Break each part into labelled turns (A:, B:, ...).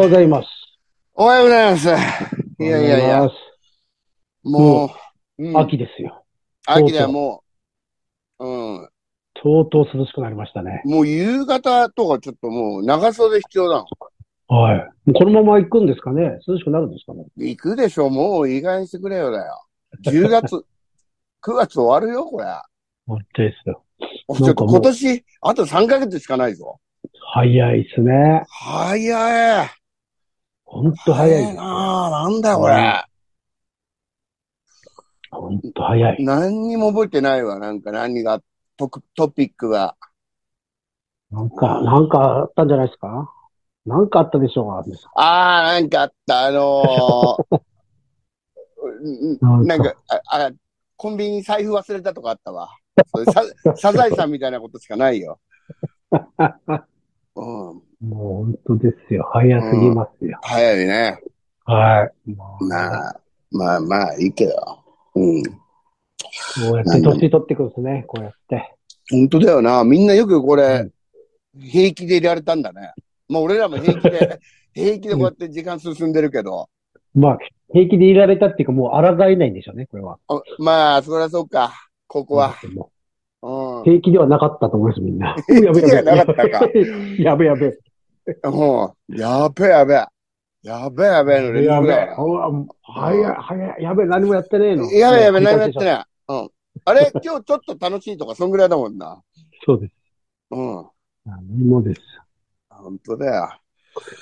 A: ございます。
B: おはようございます。いやいやい
A: おはよ
B: や
A: う、
B: もう、う
A: ござい
B: ん
A: ます。秋ですよ。
B: 秋ではもう、うん、
A: とうとう涼しくなりましたね。
B: もう夕方とかちょっともう長袖必要だも
A: はい。もうこのまま行くんですかね涼しくなるんですかね
B: ん。行くでしょ、もう意外にしてくれよだよ。10月、9月終わるよ、これ。
A: 本当ですよ。
B: ちょっと
A: もう
B: 今年、あと3ヶ月しかないぞ。
A: 早いですね。
B: 早い。
A: 本当早いです。
B: なあなんだよ、これ。
A: 本当早い。
B: 何にも覚えてないわ、なんか何が、トクトピックが。
A: なんか、なんかあったんじゃないですかなんかあったでしょうが。
B: ああ、なんかあった、あの ーうんうんなんか、あ、あコンビニ財布忘れたとかあったわ。それ さサザエさんみたいなことしかないよ。うん、
A: もう本当ですよ。早すぎますよ。
B: 早いね。
A: はい。もう
B: まあ、まあまあ、いいけど。うん。
A: こうやって年取ってくるんですね。こうやって。
B: 本当だよな。みんなよくこれ
A: う、
B: 平気でいられたんだね。まあ、俺らも平 気で、平気でこうやって時間進んでるけど。
A: まあ、平気でいられたっていうか、もう抗えないんでしょうね、これは。
B: あまあ、そりゃそうか。ここは。
A: も
B: うん
A: う。平気ではなかったと思います、みんな。 やべ
B: 気で
A: やべ。
B: はなかったか
A: やべやべ。
B: うん。やべえやべえ。やべえやべえの連
A: や
B: 続
A: べ
B: だよ
A: うわ早い、早い、やべ、何もやってねえの。
B: やべえやべえ、何もやって
A: い。
B: ない。うん。あれ 今日ちょっと楽しいとか、そんぐらいだもんな。
A: そうです。
B: うん。
A: 何もです。
B: 本当だよ。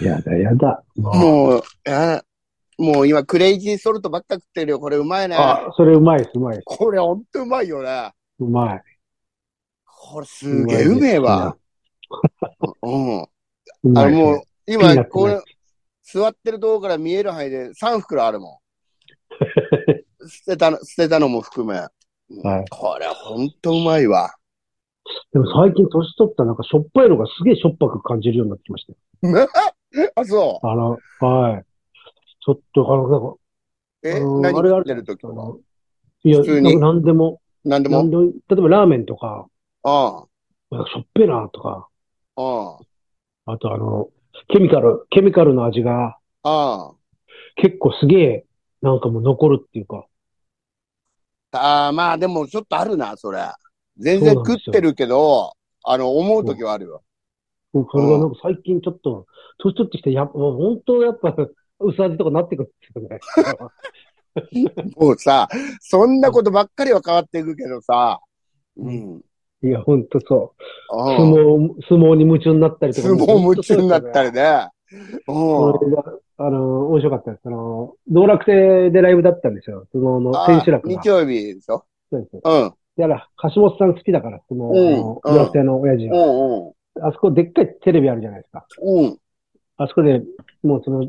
A: やだ、やだ。もう
B: もう、やもう今、クレイジーソルトばっか食ってるよ。これうまいね。
A: あ、それうまいです、うまいです。
B: これほんとうまいよね。
A: うまい。
B: これすげえうめえわ。 うん。
A: う
B: あ
A: ま
B: の
A: い。
B: もう、
A: ピーナ
B: 今、
A: ッツ
B: こ
A: ナ
B: れ
A: ッツ、
B: 座ってるとこから見える範囲で3袋あ るもん。捨てたの、捨てたのも含め。
A: はい
B: これほんとうまいわ。
A: でも最近年取ったらなんかしょっぱいのがすげえしょっぱく感じるようになってきましたよ。
B: あ、そ
A: あの、はい。ちょっと、あの、なんか
B: う。え、
A: あの
B: 何
A: あれがあ
B: 食っ
A: る
B: てる時
A: あ
B: とか。
A: のいや、
B: 普通
A: な
B: に
A: んか何でも、
B: 何で
A: 何
B: も。
A: でも、例えばラーメンとか、
B: あ
A: なんかしょっぺなとか、
B: あ、あ
A: あとあの、ケミカル、ケミカルの味が
B: あ、あ
A: 結構すげえ、なんかもう残るっていうか、
B: あ。あーまあでもちょっとあるな、それ。全然
A: そうなん
B: 食
A: で
B: っ
A: すよ
B: てるけど、あの、思う時はあるよ。
A: それがなんか最近ちょっと、年取ってきて、やっぱ、本当やっぱ、 薄味とかなってくるんですよね。
B: もうさ、そんなことばっかりは変わっていくけどさ。うん。
A: いや、本当そう。
B: 相
A: 相撲、相撲に夢中になったりとか。
B: 相撲夢中になったり
A: ね。
B: ね。うん
A: こ。れが、あの、面白かったです。あの、道楽亭でライブだったんですよ。相撲の
B: あ
A: 千秋楽が
B: 日。曜日でしょ
A: そうです。
B: うん。
A: だから、橋本さん好きだから、相撲、
B: うん
A: あの、
B: うん
A: 道楽亭の親父
B: う
A: が。
B: ん
A: あそこでっかいテレビあるじゃないですか。
B: うん。うん。
A: あそこで、もうその、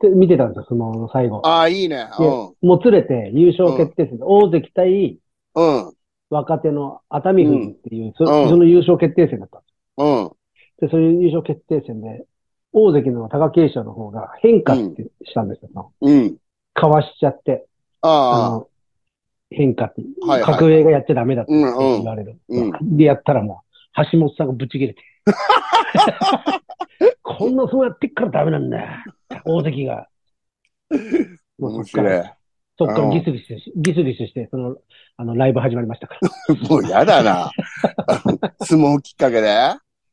A: で見てたんですよ、相撲の最後。
B: ああ、いいね。うん。
A: もつれて優勝決定戦、大関対
B: うん。
A: 若手の熱海富士っていう、そ
B: うん
A: その優勝決定戦だったんで
B: うん。
A: すで、そういう優勝決定戦で、大関の貴景勝の方が変化ってしたんですよ。
B: うん。
A: かわしちゃって、あ
B: ああ。
A: の、変化って、
B: はいはい
A: 格上がやっちゃダメだって
B: う
A: 言
B: んうん
A: われる。
B: うん。
A: で、やったらもう、橋本さんがぶち切 れて。こんなそうやってっからダメなんだよ。大関が。もうそ
B: 面
A: っから
B: 白い。
A: そっか
B: う
A: ら
B: ん
A: ギスギスし、ギスギスして、その、あの、ライブ始まりましたから。
B: もうやだな。相撲きっかけで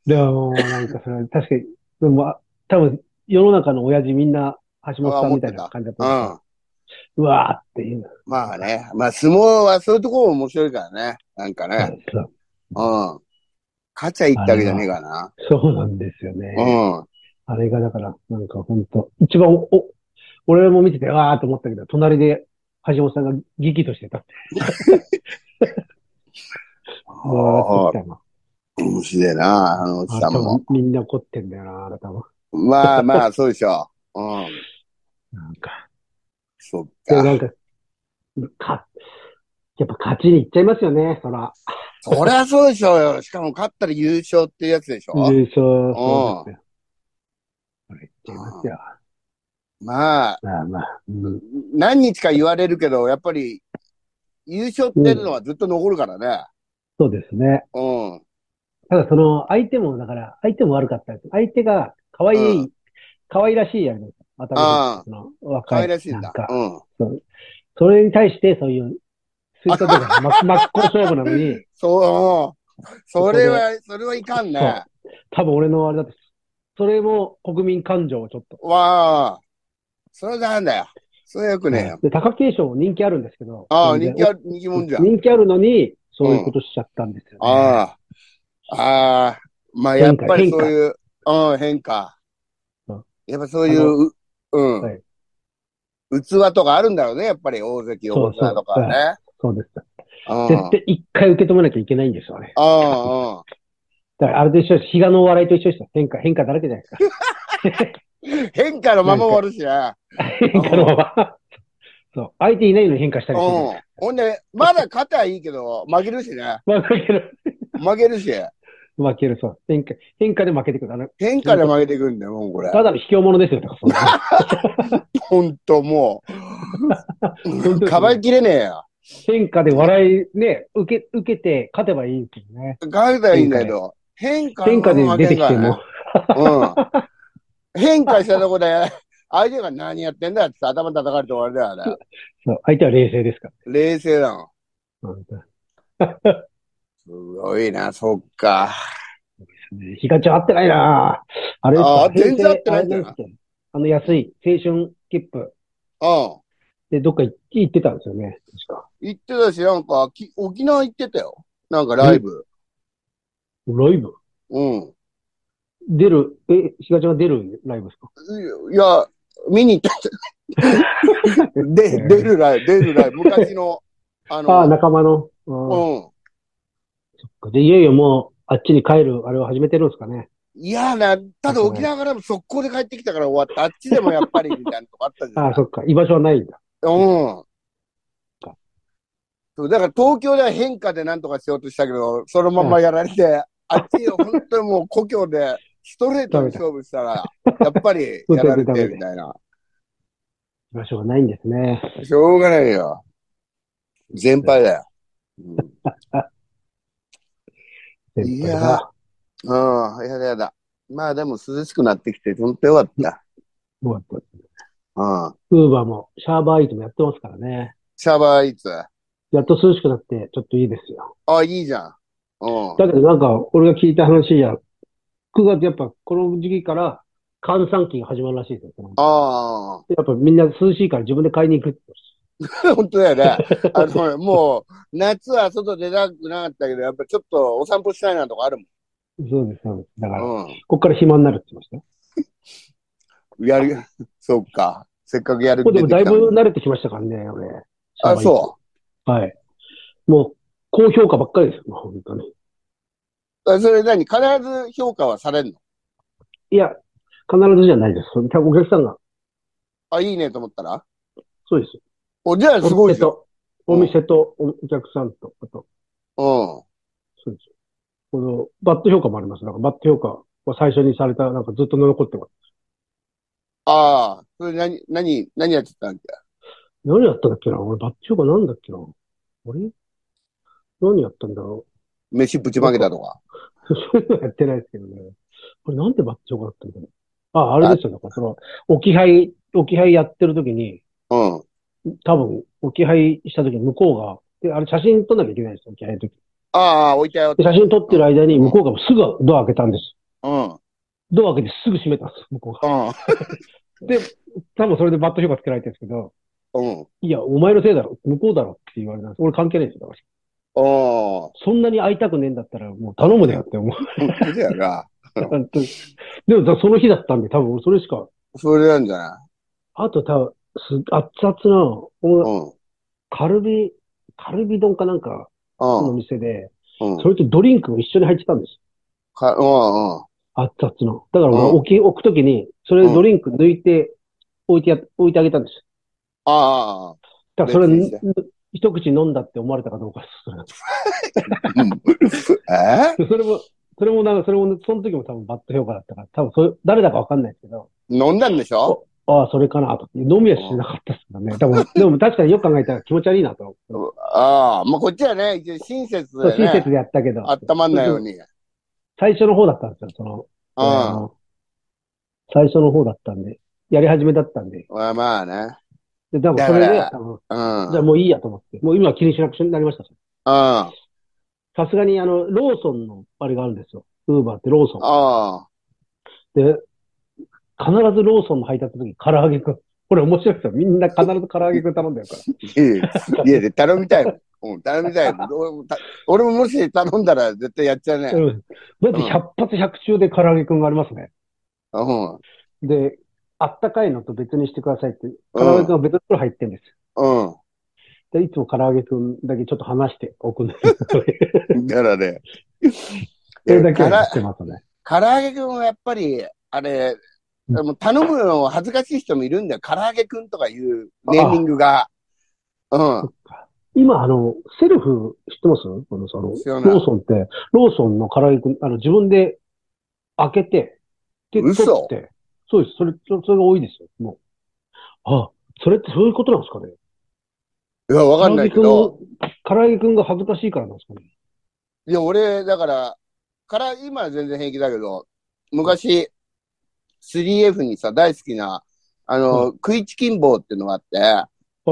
A: でも、なんかそれ、確かに、でも、あ多分、世の中の親父みんな、橋本さんみたいな感じだっ
B: う
A: たんで
B: ん。
A: すよ。うわーっていう。
B: まあね。まあ相撲はそういうところも面白いからね。なんかね。
A: そう
B: うん。勝ちゃいいってわけじゃねえかな。
A: そうなんですよね。
B: うん。
A: あれが、だから、なんか本当一番、お、俺も見てて、わーって思ったけど、隣で、橋本さんがギキとしてたって。わーってきたな。
B: 面白いな、あの
A: あ
B: 下も。
A: 多分みんな怒ってんだよな、あなたも。
B: まあまあ、そうでしょう。うん。
A: なんか。
B: そっ
A: でもな
B: か。
A: んか、か、やっぱ勝ちに行っちゃいますよね、そら。
B: そりゃそうでしょうよ。しかも勝ったら優勝っていうやつでしょ。
A: 優勝、そうですよ。それ行っちゃいますよ。
B: まあ、
A: まあまあ。うん
B: 何日か言われるけど、やっぱり、優勝っていうのはずっと残るからね。
A: そうですね。
B: うん。うん。
A: ただその、相手も、だから、相手も悪かったです。相手が、可愛
B: う
A: い、可愛らしいやね。頭の
B: 可
A: 若
B: 愛
A: い。
B: らしいんだ
A: なん。か、
B: うん。
A: それに対して、そういう、スイ カとか真真っ向勝負なのに、
B: そう。それは、それはいかんね。
A: 多分俺のあれだって、それも国民感情をちょっと。
B: わあ。それはダメだよ。それはよくねえよ。
A: で、貴景勝人気あるんですけど。
B: ああ、
A: 全然
B: 人気ある、人気もんじゃ。
A: 人気あるのに、そういうことしちゃったんですよね。
B: ああ。ああ。まあ、やっぱりそういう、うん、変化
A: うん。
B: やっぱそういう、ううん
A: はい。
B: 器とかあるんだろうね、やっぱり。大関、横綱とかね。
A: そうです。
B: うん。う
A: 絶
B: ん
A: 対一回受け止めなきゃいけないんですよね。
B: うん。
A: だからあれと一緒です。比嘉のお笑いと一緒ですよ。変化、変化だらけじゃないで すか。
B: 変化のまま終わるしな。
A: 変化のまま。そう。相手いないのに変化した
B: うん
A: りするんです。。
B: ほんで、まだ肩はいいけど、負けるしね。
A: 負ける。
B: 負けるし。
A: 負ける、そう。変化、変化で負けてくる。あの、
B: 変化で負けてくんだよ、もうこれ。
A: ただの卑怯者ですよ、とか、そん な。
B: ほんと、も
A: 本当
B: う。
A: に
B: かばいきれねえよ。
A: 変化で笑い、ね、受け、受けて勝てばいいけどね。
B: 考えたらいいんだけど。変化
A: 変化で出てきて
B: のま
A: も
B: ま、うん。変化したとこで、相手が何やってんだって頭叩かれて終わりだよ、ね。
A: そう相手は冷静ですから。
B: 冷静だの。
A: うん
B: すごいな、そっか。
A: ヒカチョウ合ってないなぁあれですか
B: あー全然合ってないんだ
A: 平成あれ
B: よな
A: ですっけあの安い青春切符
B: うん。
A: でどっか行行ってたんですよね。確か。
B: 行ってたし、なんか、き沖縄行ってたよ。なんかライブ。
A: ライブ
B: うん。
A: 出る、え、ヒカチョウが出るライブですか
B: いや、見に行った んじゃないで、出るライブ、出るライブ。昔の、あ
A: ああー、
B: の、
A: 仲間の。あー
B: うん。
A: で、いよいよもう、あっちに帰る、あれを始めてるんですかね。
B: いやな、ただ沖縄からも速攻で帰ってきたから終わった。あっちでもやっぱりみたいなとこあったじゃ
A: あ
B: ん
A: あ、。そっか。居場所 はないんだ。
B: うん。そう、だから東京では変化で何とかしようとしたけど、そのままやられて、あっちよ、本当にもう故郷でストレートに勝負し たら、やっぱりやられてみたいな。
A: 居場所がないんですね。
B: しょうがないよ。全敗だよ。
A: 先輩が
B: いやうん、うん、やだやだ。まあでも涼しくなってきて、本当よかった。
A: どうやって
B: うん。
A: ウーバーも、シャーバーイートもやってますからね。
B: シャバーイーツ。
A: やっと涼しくなって、ちょっといいですよ。
B: あ、いいじゃん。うん。
A: だけどなんか、俺が聞いた話じゃ、9月やっぱこの時期から閑散期が始まるらしいですよ。
B: ああ。
A: やっぱみんな涼しいから自分で買いに行くって。
B: 本当だよね。あの、もう、夏は外出たくなかったけど、やっぱちょっとお散歩したいなとかある
A: そうです、そうです。だから、こ
B: もん。
A: こっから暇になるって言いましたよ。
B: うん。やる、 そっか。せっかくやる
A: もう
B: 気
A: でも
B: 出て
A: だ
B: き
A: い
B: た
A: ぶ
B: のに
A: 慣れてきましたからね、俺。。
B: あ、そう
A: はい。もう、高評価ばっかりですよ、もう本当に。
B: う。あそれ何必ず評価はされんの
A: いや、必ずじゃないです。お客さんが、
B: あ、いいねと思ったら
A: そうです。
B: お、じゃあすごいじゃん。
A: お店と、お店とお客さんと、あと、
B: うん。
A: そうです。この、バット評価もあります。なんかバット評価は最初にされた、なんかずっと残ってます。
B: ああ、それ何、何、何やってたんだっ
A: 何やったんだっけな俺、バッチョがなんだっけなあれ何やったんだろ
B: け飯ぶちまけたとか。
A: う そういうのやってないですけどね。これなんでバッチョがあったんだろうあ、あれですよ。だからその、置き配、置き配やってる時に、
B: うん。
A: 多分、置き配した時に向こうが、で、あれ写真撮んなきゃいけないんですよ、置き配の時。
B: ああ、置いたよ。
A: で、写真撮ってる間に向こうがすぐドア開けたんです。
B: うん。うん。
A: ドア開けてすぐ閉めたんです、向こうが。多分それでバット評価つけられてるんですけど、
B: うん。
A: いや、お前のせいだろ、向こうだろって言われたんです。俺関係ないですよ、だから。
B: お
A: そんなに会いたくねえんだったら、もう頼むねよって思う。
B: ー。本当だよな。
A: 本当にでもだその日だったんで、多分それしか、
B: それなんじゃない
A: あと多分、す熱々な、お
B: うん。
A: カルビ、カルビ丼かなんかの
B: うん。
A: 店で、
B: うん。
A: それとドリンクも一緒に入ってたんです。
B: かうんうん。
A: 熱々の。だから俺
B: うん
A: 置き、置くときに、それでドリンク抜いて、置いてや、置いてあげたんです。
B: ああああ。
A: だからそれ
B: 別にして、
A: 一口飲んだって思われたかどうかです。
B: うんえ
A: それも、それもなんか、それも、その時も多分バッド評価だったから、多分それ、誰だかわかんないですけど、
B: 飲んだんでしょ
A: ああ、それかなと。飲みはしなかったですからね。でも、でも確かによく考えたら気持ち悪いなと。
B: ああ、まあ、こっちはね、一応親切
A: そう
B: で
A: 親切
B: ね、
A: でやったけど。
B: 温まんないように。うん。
A: 最初の方だったんですよ、その。あの最初の方だったんで、やり始めだったんで。
B: まあまあね。
A: で、多分それで、
B: だか
A: 多分
B: うん。
A: じゃあもういいやと思って。もう今は気にしなくなりました。
B: うん。あ
A: さすがにあの、ローソンのあれがあるんですよ。ウーバーってローソン。
B: あ。
A: で、必ずローソンの配達の時、唐揚げくん。これ面白いですよ。みんな必ず唐揚げくん頼んでるから。
B: 家で家で頼みたいもん。うん、頼みたいもん。俺もた俺ももし頼んだら絶対やっちゃう ね。
A: うん。だって100発100中で唐揚げくんがありますね。
B: うん。
A: で、あったかいのと別にしてくださいって、唐揚げくんは別の袋入ってるんです
B: う
A: よ。で、いつも唐揚げくんだけちょっと離しておくんですよ。
B: ん。だからね。
A: それだけは
B: か
A: や
B: ら
A: ってますね。
B: 唐揚げくんはやっぱり、あれ、
A: うん
B: でも頼むのも恥ずかしい人もいるんだよ。唐揚げくんとかいうネーミングが。うん。
A: そっか今、あの、セルフ知ってますこの、その、
B: 知らない
A: ローソンって、ローソンの唐揚げくん、あの、自分で開けて、で、取
B: 嘘
A: って。そうです。それ、そそれが多いですよ。もう。あ、それってそういうことなんですかね。
B: いや、わかんないけど。
A: 唐揚げくん、唐揚げくんが恥ずかしいからなんですかね。
B: いや、俺、だから、から、今は全然平気だけど、昔、3F にさ、大好きな、あの、食いチキン棒っていうのがあって、
A: は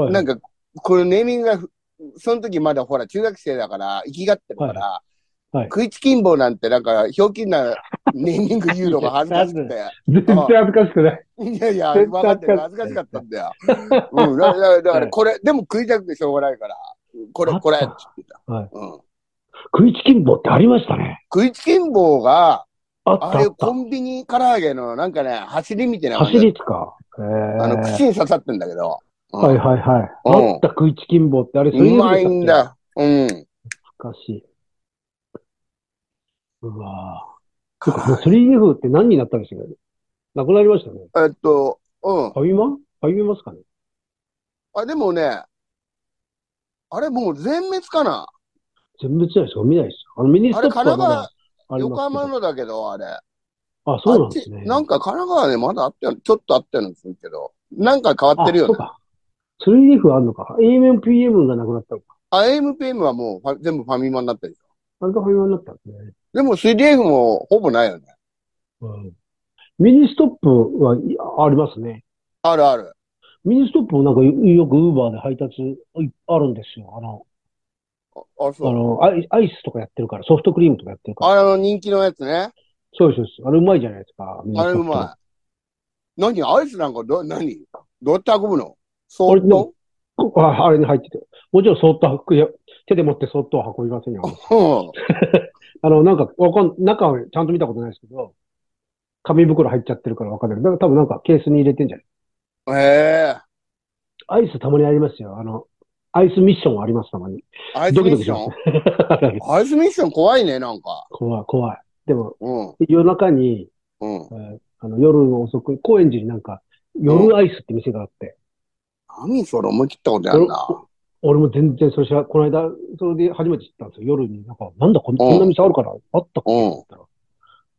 A: い。
B: なんか、これネーミングがふ、その時まだほら、中学生だから、生きがってるから、
A: いはい
B: 食いチキン棒なんてなんか、ひょうきんなネーミング言うのが恥ずか しくて。
A: 絶対恥ずかしくない。
B: いやいや、
A: 絶対
B: 分かってる。恥ずかしかったんだよ。うん、だから、だからこれ、でも食いたくてしょうがないから、これ
A: あっ、た
B: これ、って言ってた。
A: はい
B: うん、
A: 食いチキン棒ってありましたね。
B: 食いチキン棒が、
A: あった
B: あれ、
A: あっ
B: コ
A: た。
B: ンビニ唐揚げのなんかね、走りみたいな感
A: 走
B: じで
A: りっすか。え
B: あの、
A: ー、
B: 口に刺さってんだけど。うん
A: はいはいはい。
B: うん
A: あった食いチキン棒って、あれ、そう
B: う
A: いうの
B: ま
A: でし
B: い
A: たっけ
B: ん。だ。うん。
A: 懐かしい。うわぁ。そっか、3F って何になったんですかなくなりましたね。
B: えっと、うん。
A: ファミマファミマですかね
B: あ、でもね、あれもう全滅かな
A: 全滅じゃないですか見ないですよ。あの、ミニストップはまだあり
B: 横
A: ます
B: 浜
A: け
B: のだけど、あれ。
A: ど。あ、そうなん
B: あっ
A: です
B: ち、
A: ね。
B: なんか神奈川でまだあったよ、ちょっとあったような気がするけど。なんか変わってるよ
A: あ、そ
B: ね
A: う。か。3F あるのか。AM、PM がなくなったのか。
B: あ AMPM はもうファ全部ファミマになったでしょ。
A: あれがファミマになったんですね。
B: でも 3DF もほぼないよね。
A: うん。ミニストップはいやありますね。
B: あるある。
A: ミニストップもなんかよよくウーバーで配達いあるんですよ。あの、
B: あ、あ
A: あ
B: そう。
A: のアイ、アイスとかやってるから、ソフトクリームとかやってるから。
B: あれの人気のやつね。
A: そうです、そうです。あれうまいじゃないですか。
B: あれうまい。何アイスなんかど、何どうやって運ぶのそ
A: 俺
B: ーっ
A: でも
B: と
A: い。ああれに入ってて。もちろんそっと運ぶよ。手で持ってそっとは運びませんよ。
B: う
A: あの、なんか、わかん、中はちゃんと見たことないですけど、紙袋入っちゃってるからわかんない。だから多分なんかケースに入れてんじゃない
B: ん。へえ。
A: アイスたまにありますよ。あの、アイスミッションあります、たまに。
B: アイスミッシ
A: ド
B: ョン
A: ます。
B: アイスミッション怖いね、なんか。
A: 怖い、怖い。でも、
B: うん。
A: 夜中に、
B: うん。
A: えーあの夜の遅く、高円寺になんか、夜アイスって店があって、
B: 何それ思い切ったことやんな。
A: 俺も全然それ知ら、この間、それで初めて知ったんですよ。夜になんか、なんだこんこんな店あるから、あったっけ
B: うん
A: って言ったら、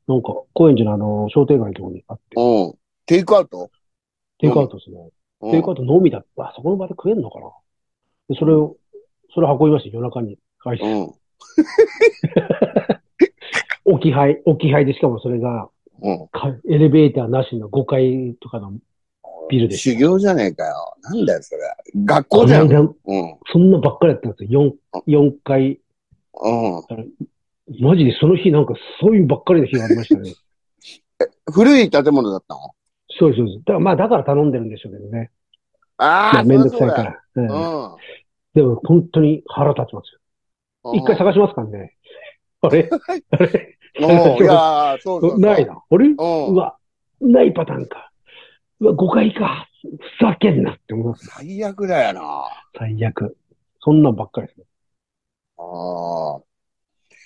A: なんか、高円寺のあの、商店街のところにあって、
B: うん。テイクアウト
A: テイクアウトですね。
B: うん
A: テイクアウトのみだった。あそこの場で食えんのかなで、それを、それ運びました、夜中に。アイス
B: うん。
A: 置き配、置き配でしかもそれが、
B: う
A: かエレベーターなしの5階とかのビル
B: ん。
A: で。
B: 修行じゃねえかよ。なんだよ、それ。学校じゃ
A: こ
B: ん。
A: ん
B: うん。
A: なそんなばっかりやったんですよ。4、4回。
B: うん。
A: マジでその日なんかそういうばっかりの日がありました ね。
B: 古い建物だったの
A: そうです、そうです。だからまあだから頼んでるんでしょうけどね。
B: ああ、
A: めんどくさい
B: そ
A: か
B: りゃ
A: ら。うん
B: そうだよ。
A: でも本当に腹立ちますよ。
B: うん。
A: 一回探しますからね。あれあれ
B: もう、いやーそうそうそう。
A: ないな。あれ
B: うん。
A: うわ、ないパターンか。うわ、誤解か。ふざけんなって思います。
B: 最悪だよな。あ
A: 最悪。そんなんばっかりですね。
B: あ。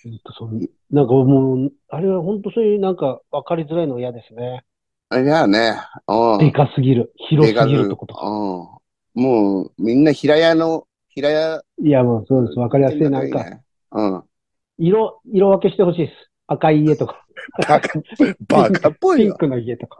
A: ずっとそんなんかもう、あれは本当そういうなんか分かりづらいの嫌ですね。
B: あれだよね。うん。
A: でかすぎる。広
B: でか
A: す
B: く
A: ぎるとことか。
B: うん。もう、みんな平屋の、平屋。
A: いや、もうそうです。分かりやすい。なんか、
B: ね。うん。
A: 色、色分けしてほしいです。赤い家とか、
B: バカ、バカっぽい
A: ピン
B: よ。
A: クの家とか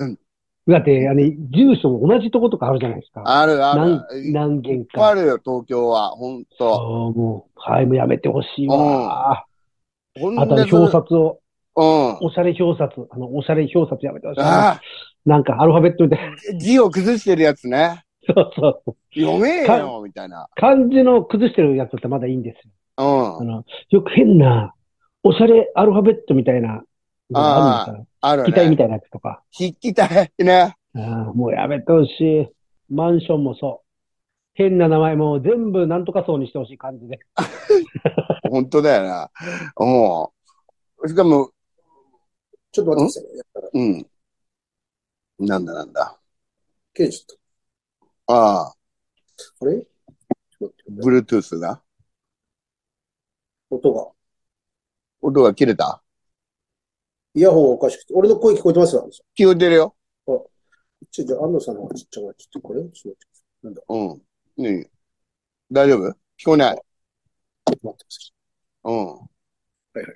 B: うん。
A: だって、あれ、住所も同じとことかあるじゃないですか。
B: あるあ
A: 何
B: る。、いっ
A: 何軒
B: ぱい
A: か。
B: あるよ、東京は。ほんと。
A: そう、もう、はい、もうやめてほしいわ。
B: ほん
A: あとは
B: で、
A: 表札を
B: うん。
C: おしゃれ表札。あの、おしゃれ表札やめてほしい。
B: ああ、
C: なんかアルファベットみたいな。
B: 字を崩してるやつね。
C: そうそう。
B: 読めえよ、みたいな。
C: 漢字の崩してるやつってまだいいんですよ。
B: う
C: あ
B: ん。
C: の、よく変な、おしゃれアルファベットみたいな、あるんですか
B: ある
C: ら。
B: ね。
C: 機体みたいなやつとか。
B: 筆記体ね。
C: ああもうやめてほしい。マンションもそう。変な名前も全部なんとかそうにしてほしい感じで。
B: 本当だよな。うん。しかも、
A: ちょっと待ってくださいね。やったら、
B: うん。なんだなんだ。
A: 切れちゃっ
B: ああ、
A: た。あれちょっと待ってください。
B: Bluetooth が。
A: 音が。
B: 音が切れた
A: イヤホンがおかしくて。俺の声聞こえてますよ。
B: 聞こえてるよ。
A: ちょ、じゃあ、安藤さんの方がちっちゃいから、ちょっとこれちょっ
B: うん。ね大丈夫聞こえない。
A: と待ってください。
B: うん。うん。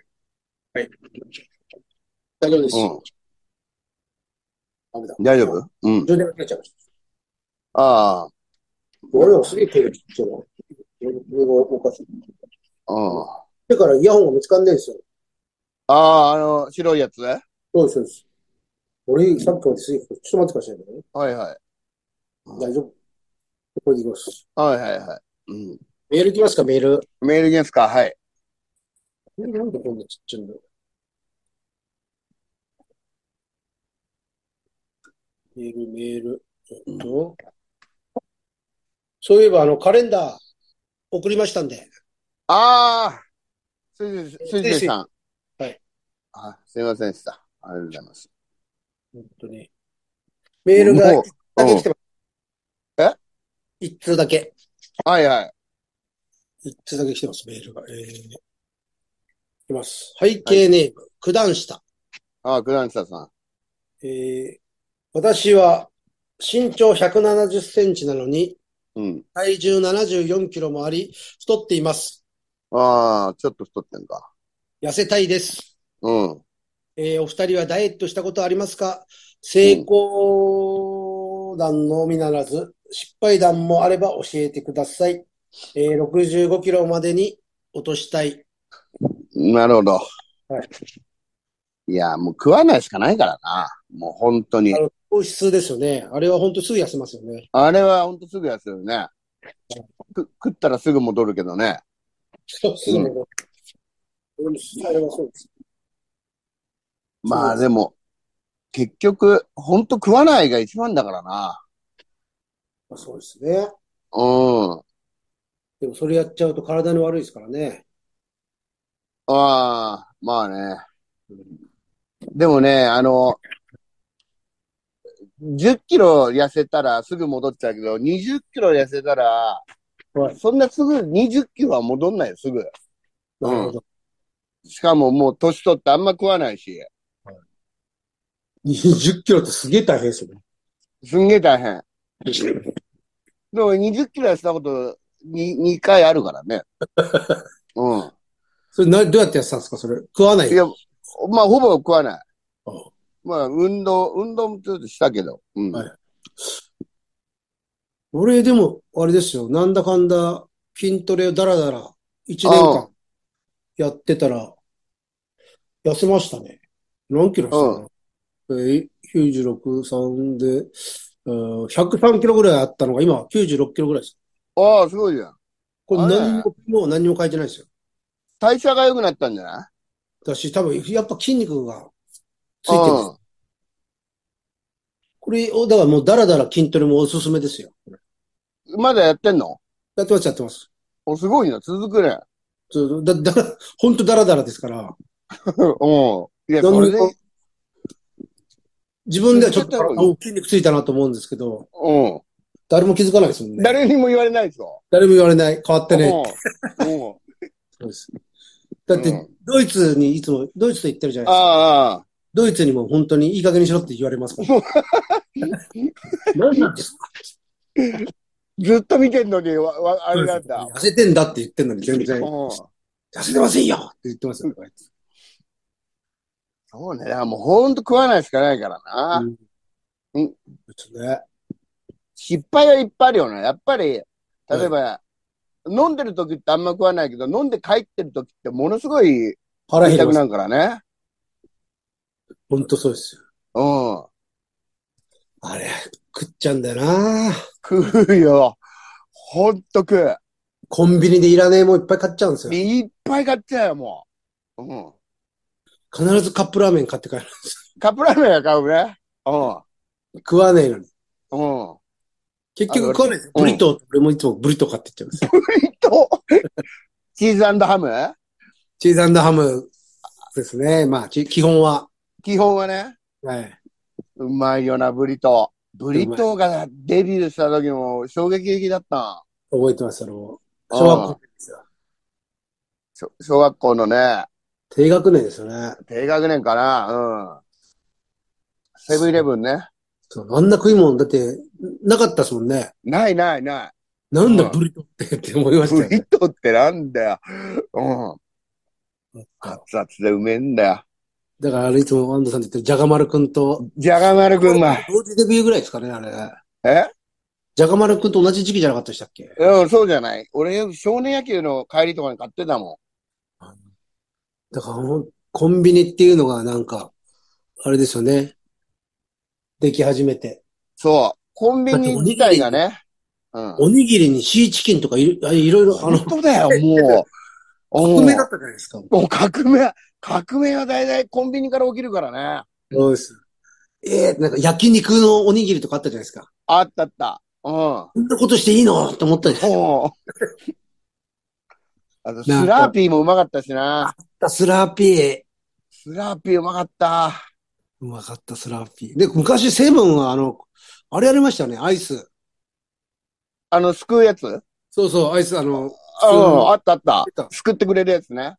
A: 大丈夫です。ダメだ。
B: 大丈夫うん。
A: 充電が切れちゃいました。
B: あ
A: 俺もすげえ声がちっちゃいな。俺がおかしい。
B: あ、うん。あ
A: だからイヤホンが見つかんないんですよ。
B: あー、あの、白いやつね
A: そうです、そうです。俺、さっきまですげえ、ちょっと待ってくださいね。
B: はいはい。
A: 大丈夫。これでいきます。
B: はいはいはい。うん。
A: メールいきますか、メール。
B: メールですかはい。
A: メールなんでこんなちっちゃいんだろう。メール、メール。えっと。そういえば、あの、カレンダー送りましたんで。
B: ああすじ、すじさん。
A: はい。
B: あ、すいませんでした。ありがとうございます。
A: 本当に。メールが
B: もう
A: 一通だけ来てます。
B: うんえ
A: 一通だけ。
B: はいはい。
A: 一通だけ来てます、メールが。えー、いきます。背景ネーム、九段下。
B: ああ、グランサさん。
A: えー、私は身長170センチなのに、
B: うん。
A: 体重74キロもあり、太っています。
B: ああ、ちょっと太ってんか。
A: 痩せたいです。
B: うん。
A: えーお二人はダイエットしたことありますか成功談のみならず、失敗談もあれば教えてください。えー65キロまでに落としたい。
B: なるほど。。
A: はい
B: いや、もう食わないしかないからな。もう本当に
A: な。る糖質ですよね。あれは本当すぐ痩せますよね。
B: あれは本当すぐ痩せるね。く食ったらすぐ戻るけどね。
A: すぐ戻る俺もあれはそうです。
B: まあでも、結局、本当食わないが一番だからな。
A: まあそうですね。
B: うん。
A: でもそれやっちゃうと体に悪いですからね。
B: ああ、まあね。でもね、あの、10キロ痩せたらすぐ戻っちゃうけど、20キロ痩せたら
A: はい、
B: そんなすぐ20キロは戻んないよ、すぐ。うん
A: なるほど。
B: しかももう年取ってあんま食わないし、
A: 20キロってすげえ大変ですよね。
B: すんげえ大変。でも20キロ痩せたことに 2, 回あるか らね。うん。
A: それな、どうやってやってたんですかそれ。食わない
B: いや、まあほぼ食わない。
A: あ
B: まあ運動、運動もちょっとしたけど。うん。
A: はい俺でも、あれですよ。なんだかんだ筋トレをだらだら1年
B: ああ
A: 間やってたら、痩せましたね。何キロ痩せたの、えー、?96、3で、うん103キロぐらいあったのが今は96キロぐらいです。
B: ああ、すごいじゃん。
A: これ
B: あれ
A: 何も、もう何も変えてないですよ。
B: 代謝が良くなったんじゃない
A: だし、多分、やっぱ筋肉がついてるんです。
B: うん
A: これを、だからもうだらだら筋トレもおすすめですよ。
B: まだやってんの
A: やってます、やってます。
B: お、すごいな、続くね。
A: そうだ、だら、ほんとだらだらですから、
B: うん。いや、
A: なん
B: そ
A: で
B: れで、
A: 自分ではちょっと
B: やっ
A: あ
B: てた方がいい
A: 筋肉ついたなと思うんですけど、
B: うん。
A: 誰も気づかないですもんね。
B: 誰にも言われないでしょ。
A: 誰も言われない。変わって ね。
B: うん。うん。
A: そうですだって、
B: うん
A: ドイツにいつも、ドイツと言ってるじゃないですか。
B: ああ、
A: ドイツにも本当にいい加減にしろって言われます から。何なんですか
B: ずっと見てんのに、わ、わ、あれなんだ。
A: 痩せてんだって言ってんのに全
B: う
A: 然、痩
B: ん。
A: せてませんよって言ってますよ。
B: そうね。だからもうほんと食わないしかないからな。
A: うん
B: う
A: ですね。
B: 失敗はいっぱいあるよね。やっぱり、例えば、飲んでる時ってあんま食わないけど、飲んで帰ってる時ってものすごい
A: 腹
B: 食い
A: 減
B: た
A: り
B: く
A: ます
B: なるからね。
A: ほんとそうですよ。
B: うん。
A: あれ、食っちゃうんだよな
B: 食うよ。ほんと食う。
A: コンビニでいらねえもんいっぱい買っちゃうんですよ。
B: いっぱい買っちゃうよ、もう。うん。
A: 必ずカップラーメン買って帰る。
B: カップラーメンは買うね。う
A: 食わねえのに。
B: ん。うん。
A: 結局食わねえ。ブリトー、俺もいつもブリトー買ってっちゃうんですよ。
B: と、 チーズハム
A: チーズハムですね。まあ、ち基本は。
B: 基本はね、
A: はい。
B: うまいよな、ブリトー。ブリトーがデビューした時も衝撃的だった。
A: 覚えてます、それも。小学校ですよ。
B: 小小学校のね、
A: 低学年ですよね。
B: 低学年かな。うん。セブンイレブンね。
A: そうあんな食い物、だって、なかったですもんね。
B: ないないない。
A: なんだ
B: うん
A: ブリトーってって思いました
B: ブ
A: よね
B: リトーってなんだよ。うん。熱々でうめえんだよ。
A: だからあれいつも安藤さんと言ってる、じゃが丸くんと、
B: じゃが丸くんうまい。
A: 同時デビューぐらいですかね、あれ。
B: え
A: じゃが丸くんと同じ時期じゃなかったでしたっけ
B: うん、そうじゃない。俺、少年野球の帰りとかに買ってたも
A: だからほん、コンビニっていうのがなんか、あれですよね。でき始めて。
B: ん。そう。コンビニ自体がね。うん。
A: おにぎりにシーチキンとかいろあいろいろ、あの、
B: 本当だよ、 もう。
A: 革命だったじゃないですか。
B: うんもう革命、革命は大体コンビニから起きるからね。
A: そうです。ええなんか焼肉のおにぎりとかあったじゃないですか。
B: あったあった。 うん。
A: こんなことしていいのと思ったんです
B: もう。あと、スラーピーもうまかったしな。
A: スラーピー。
B: スラーピーうまかった。
A: うまかった、スラーピー。で、昔セブンはあの、あれやりましたよね、アイス。
B: あの、すくうやつうん、
A: そうそう、アイス、あの、
B: あったあった
A: 出た。
B: すくってくれるやつね。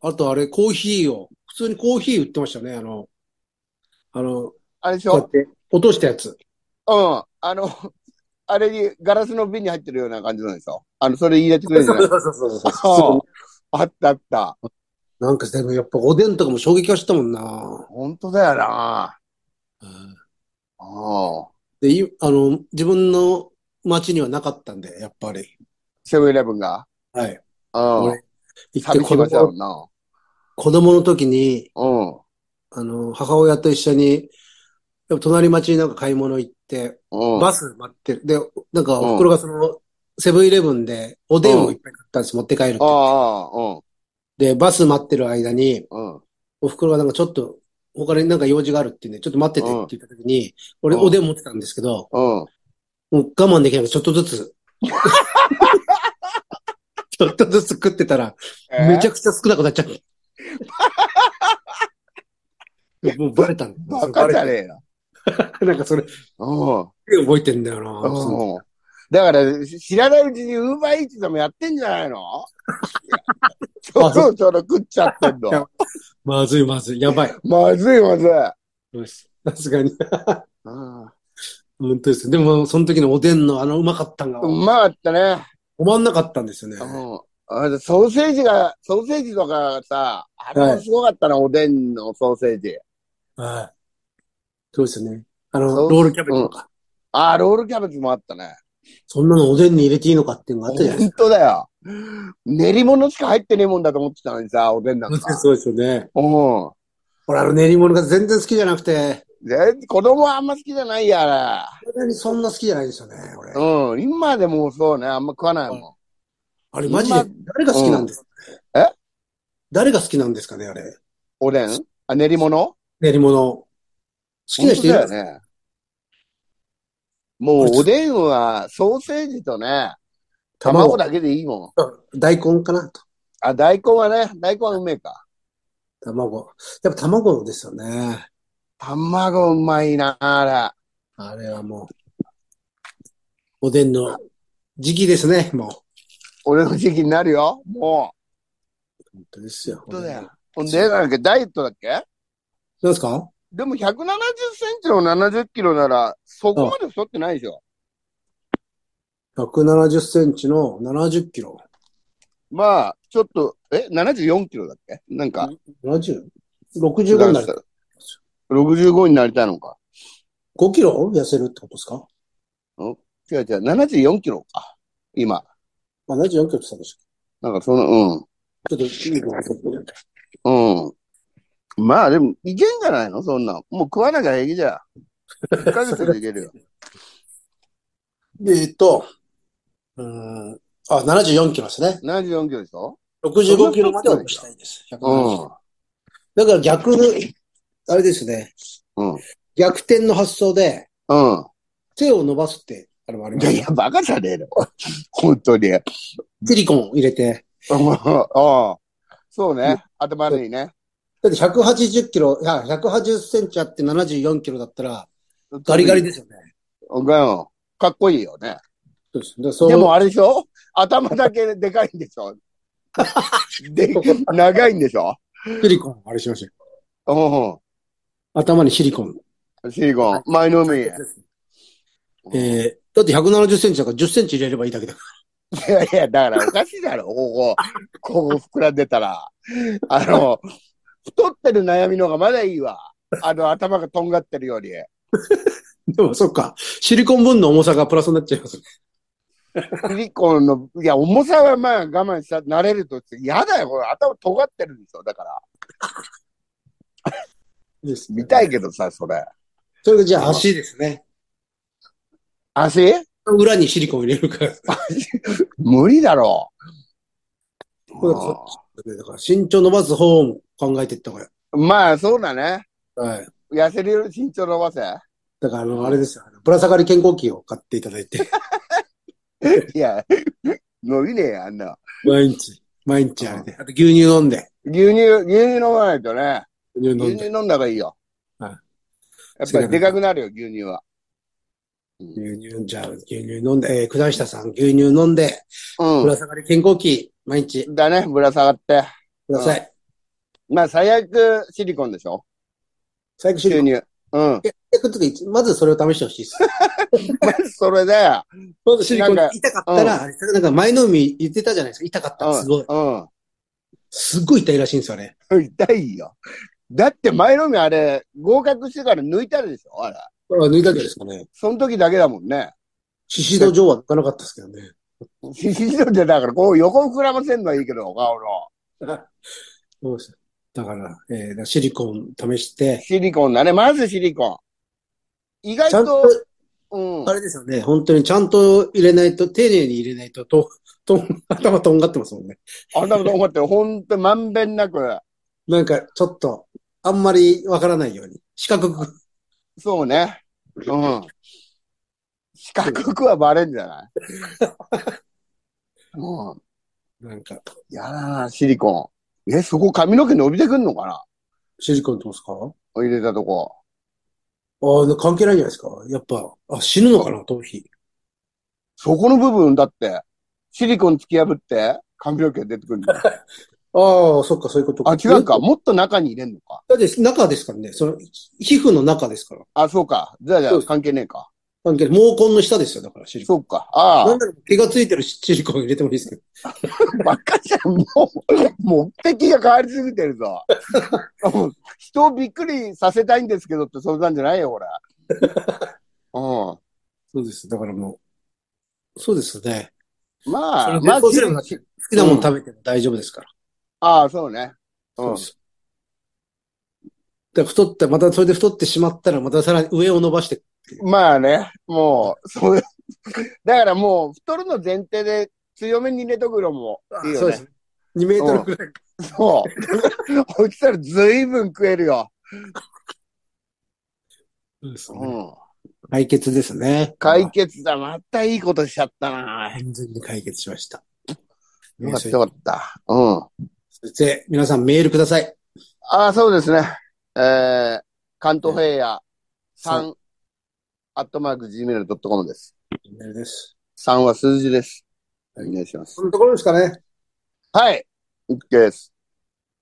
A: あとあれ、コーヒーを、普通にコーヒー売ってましたね、あの、あの、
B: あれでし
A: こうや
B: ょ
A: って落としたやつ。
B: うん。あの、 あれに、ガラスの瓶に入ってるような感じなんでしょあの、それ入れてくれるじゃない
A: そう そうそう
B: うんあったあった。
A: なんかでもやっぱおでんとかも衝撃はしたもんな。
B: 本当だよな。うん。
A: で、いあの、自分の街にはなかったんで、やっぱり。
B: セブンイレブンが。
A: はい。
B: うん。
A: 俺一回
B: 寂し
A: 子
B: い場所だも
A: 供
B: んな。
A: 子供の時に、
B: うん。
A: あの、母親と一緒に、やっぱ隣町になんか買い物行って、
B: うん。
A: バス待ってる。で、なんか、お袋がその、セブンイレブンで、おでんをいっぱい買ったんです、持って帰るって
B: あ。あ、うん。
A: で、バス待ってる間に、
B: うん。
A: お袋がなんかちょっと、他になんか用事があるっていうんで、ちょっと待ってて
B: うん
A: って言った時に、俺、
B: うん
A: おでん持ってたんですけど、
B: うん。
A: もう我慢できなくて、ちょっとず つ、ちょっとずつ食ってたら、めちゃ
B: く
A: くちゃ少なくなっちゃ う。もうバレたんだ。
B: バカじゃねえな。
A: なんかそれ、
B: うん。
A: 覚えてんだよな。その
B: うん。だから、知らないうちにウーバーイーツでもやってんじゃないの ち ょろちょろ食っちゃってん
A: いや
B: の。
A: まずいまずい。やばい。
B: まずいまずい。
A: そうですさすがに。
B: うん。う
A: 本当です。でも、その時のおでんのあのうまかったんが、
B: まかったね。
A: 止まんなかったんですよね。
B: うん。あれソーセージが、ソーセージとかがさ、あれもすごかったな、おでんのソーセージ。
A: はい。そうですよね。あ
B: そ
A: の、
B: う
A: ロールキャベツとか。
B: ああ、ロールキャベツもあったね。
A: そんなのおでんに入れていいのかっていうのがあったじゃないです
B: 本当だよ。練り物しか入ってねえもんだと思ってたのにさ、おでんなん
A: か。
B: か。
A: そうですよね。
B: うん。
A: 俺、あの練り物が全然好きじゃなくて、
B: で、子供はあんま好きじゃないやら。
A: そんなにそんな好きじゃないんですよね、俺。
B: うん。今でもそうね、あんま食わないも
A: あれ、マジで
B: 今、
A: 誰が好きなんですか、
B: うんえ
A: 誰が好きなんですかね、あれ。
B: ん。おでんあ、練り物好
A: 練り物。好きな人いるん
B: だ
A: で
B: よ
A: すか
B: ね。もうおでんはソーセージとね、
A: 卵
B: 卵だけでいいもん。
A: 大根かなと。
B: あ、大根はね、大根はうめえか。
A: 卵。やっぱ卵ですよね。
B: 卵うまいな、あら。
A: あれはもう、おでんの時期ですね、もう。
B: 俺の時期になるよ。も
A: 本当ですよ。
B: う。本当だよ。ほんで、なんだっけ、ダイエットだっけ
A: なんですか
B: でも170センチの70キロなら、そこまで太ってないでしょ。
A: ?170 センチの70キロ。
B: まあ、ちょっと、え、74キロだっけなんか、
A: 70? 65になる。
B: 65になりたいのか。
A: 5キロ痩せるってことですか
B: 違う違う、74キロか。今。
A: まあ、?74 キロって言ってたんでし
B: なんかその、
A: ょちょっと、いいかな
B: うん。うん。まあでも、いけんじゃないのそんなん。もう食わなきゃ平気じゃ。1ヶ月でいけるよ。
A: でえっと、うーん、あ、74キロですね。
B: 74キロでしょ
A: 65キロまで落としたいです。170だから逆に、あれですね、
B: うん。うん。
A: 逆転の発想で
B: うん。
A: 手を伸ばすって、あれもあり
B: い
A: ます
B: やい
A: ね
B: や、。バカじゃねえの。 本当に。あ
A: シリコン入れて、
B: あ。そうね。頭のいいね。
A: だって180キロ、いや、180センチあって74キロだったら、ガリガリですよね。
B: うん。かっこいいよね。
A: そうです。だからそう
B: でもあれでしょ頭だけでかいん でしょで、長いんでしょ
A: シリコン、あれしましょう。
B: う
A: 頭にシリコン。
B: ん。シーゴン、前の海へ。
A: えー、だって170センチだから10センチ入れればいいだけだか
B: いやいや、だからおかしいだろ、ここ。ここ膨らんでたら。あの、太ってる悩みの方がまだいいわ。あの、頭がとんがってるより。
A: ら。 でも、そっか。シリコン分の重さがプラスになっちゃいますね。
B: シリコンの、いや、重さはまあ我慢した、慣れると、嫌だよ、これ。頭尖ってるんですよ、だから。
A: です
B: 見たいけどさ、それ。
A: それがじゃあ足ですね。
B: 足
A: 裏にシリコン入れるから。
B: 無理だろ
A: これこだから身長伸ばす方も考えていった方がいい。
B: うんまあ、そうだね。
A: はい。
B: 痩せるより身長伸ばせ。
A: だから、あの、あれですよ。あのぶら下がり健康器を買っていただいて、
B: いや、伸びねえよ、あんな。
A: 毎日、毎日あれで。あと牛乳飲んで。
B: 牛乳、牛乳飲まないとね。
A: 牛乳飲ん
B: 牛
A: で。
B: 乳飲んだ方がいいよ。
A: はい
B: やっぱりでかくなるよ、牛乳は。
A: 牛乳、じゃあ、牛乳飲んで、えー、下下さん、牛乳飲んで、ぶ
B: う
A: ら下がり健康器、毎日
B: ん。だね、ぶら下がって。
A: ください。
B: まあ、最悪シリコンでしょ
A: 最後、シ
B: 牛
A: リコン。
B: 乳。うん。
A: えくっつけまずそれを試してほしいです。
B: まずそれで、
A: まずシリコン
B: なんか
A: 痛かったら、あれなんか前の海言ってたじゃないですか。痛かった。すごい。
B: う
A: すごい痛いらしいんですよね。
B: ん。痛いよ。だって前のみあれ、合格してから抜いたるでしょあれ。
A: これは抜いたんじゃないですかね。
B: その時だけだもんね。
A: シシド上は抜かなかったですけどね。
B: シリコンってだから、こう横膨らませんのはいいけど、顔の。
A: そうです。だから、えーシリコン試して、
B: シリコンだね。まずシリコン。意外
A: ちゃんと
B: と、、うん
A: あ。れですよね、本当にちゃんと入れないと、丁寧に入れないと、と、 と、頭とんがってますもんね。
B: あんなこと思って、ほんとまんべんなく。
A: なんか、ちょっと、あんまりわからないように。四角く。
B: そうね。うん。四角くはバレんじゃないもう
A: なんか、
B: ん、やだな、シリコン。え、そこ髪の毛伸びてくんのかな
A: シリコンどうですか
B: 入れたとこ。
A: ああ、関係ないんじゃないですか。やっぱ、あ、死ぬのかな、頭皮。
B: そこの部分だって、シリコン突き破って髪の毛出てくるんだよ。
A: ああ、そっか、そういうこと
B: あ、違うか。。もっと中に入れんのか。
A: だって、中ですからね。その、皮膚の中ですから。
B: あ、そうか。じゃあじゃ
A: そう
B: あ
A: です
B: 関係ねえか。
A: 関係ない。毛根の下ですよ、だから、シリコン。
B: そうか。あ
A: なん
B: あ、
A: だろう、毛がついてるシリコン入れてもいいですけど。
B: ばっかじゃん。もう、目的が変わりすぎてるぞ。 人をびっくりさせたいんですけどって、それなんじゃないよ、俺。 うん。
A: そうです。だからもう、そうですね。そ
B: ま
A: れ
B: あ、
A: で
B: まあ、
A: そうすれば
B: き
A: 好きなもの食べても大丈夫ですから。
B: ああ、そうね。う
A: そうんで。す。で太って、またそれで太ってしまったら、またさらに上を伸ばして、
B: まあね、もう、そう、 だからもう、太るの前提で強めに入れとくのもいい
A: そ
B: よ
A: うで。
B: ね
A: す。2メートルくらい。
B: そう。こいつらずいぶん食えるよ。
A: そうです
B: う
A: ね
B: ん。
A: 解決ですね。
B: 解決だ。またいいことしちゃったな。
A: 完全に解決しました。
B: よ
A: ね
B: かっ
A: そ
B: た、
A: れ
B: よかった。うん。
A: そして、皆さんメールください。
B: ああ、そうですね。えー、関東平野3、アットマーク gmail.com です。
A: メールです。
B: 3は数字です。お願いします
A: そ。のところですかね。
B: はい。OK です。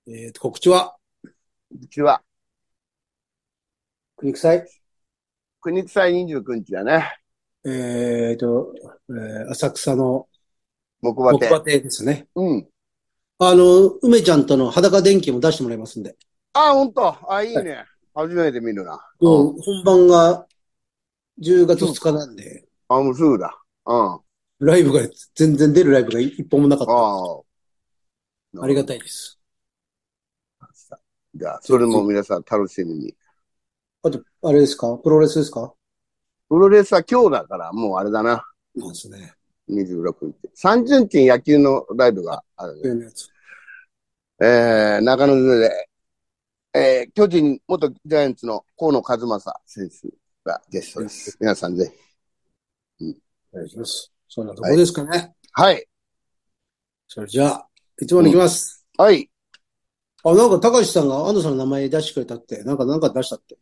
A: えーと、告知は、
B: うちは。
A: 国臭い。
B: 国立祭29日だね。
A: えーと、えー浅草の
B: 木馬
A: 木
B: 亭。
A: 馬亭ですね。
B: うん。
A: あの、梅ちゃんとの裸電気も出してもらいますんで。
B: あ、ほんと。あ、いいね。初めて見るな。
A: も
B: ん。
A: う本番が10月2日なんで、
B: あ、もうすぐだ。うん。あ
A: ライブが、全然出るライブが一本もなかっ
B: あ。
A: た。ありがたいです。
B: じゃあ、それも皆さん楽しみに。
A: あと、あれですかプロレスですか
B: プロレスは今日だから、もうあれだな。
A: そうですね。
B: 26日。三巡期に野球のライブがあるね。
A: 有名なやつ。
B: えー、中野で、えー、巨人元ジャイアンツの河野和正選手がゲストです。皆さんぜひ。
A: お願いします。そんなとこですかね。
B: はい。
A: それじゃあ、いつものいきます。
B: はい。
A: あ、なんか、高橋さんが安藤さんの名前出してくれたって、なんか、なんか出したって。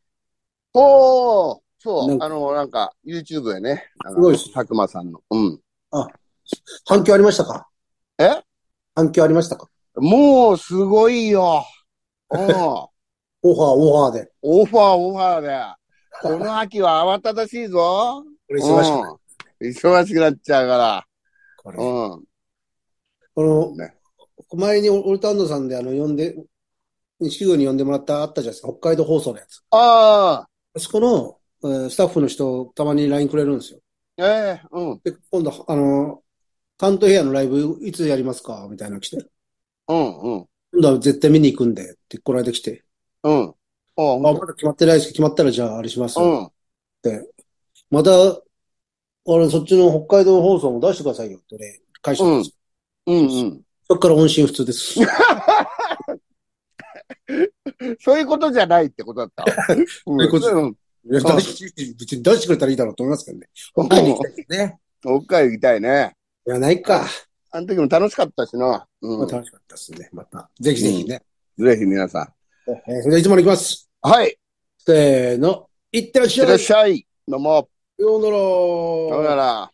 B: おーそ
A: な
B: う、
A: んか
B: あの、なんか、YouTube やね。す
A: すごいっす
B: たくまさんの。うん。
A: 反響ありましたか
B: え
A: 反響ありましたか
B: もう、すごいよ。うん。
A: オファー、オファーで。
B: オファー、オファーで。この秋は慌ただしいぞ。
A: これ忙しくない。
B: うん忙しくなっちゃうから。
A: これ
B: うん。
A: こ
B: ね
A: の、前に俺と安藤さんで、あの、呼んで、西宮に呼んでもらった、あったじゃないですか。北海道放送のやつ。
B: ああ、
A: あそこの、えースタッフの人、たまに LINE くれるんですよ。
B: ええうん、
A: で、今度、あの、関東ヘアのライブ、いつやりますかみたいなの来て。
B: うん、うん、
A: 今度は絶対見に行くんで、って、この間来て。
B: うん。あ、ほ
A: あ、
B: ん
A: ま
B: と
A: だ決まってないですけど、決まったらじゃあ、あれします。
B: うん。
A: また、あれ、そっちの北海道放送も出してくださいよってね、返してたんですよ
B: うん、うん。
A: そっから音信不通 です。
B: そういうことじゃないってこと だった。そう
A: いうこと
B: うん。
A: 出し別に出してくれたらいいだろうと思いますけどね。北海道行きたいですね。
B: 北海道行きたいね。
A: いや、ないか。
B: あの時も楽しかったしな。
A: ま
B: う
A: あ
B: ん。
A: 楽しかったですね。また。ぜひぜひね。
B: ぜひ皆さ
A: えーそれではいつものいきます。
B: ん。はい。いっ
A: せーの。いってらっしてゃ
B: らっ
A: い。
B: しゃい。どうも。
A: ようなら。
B: さようなら。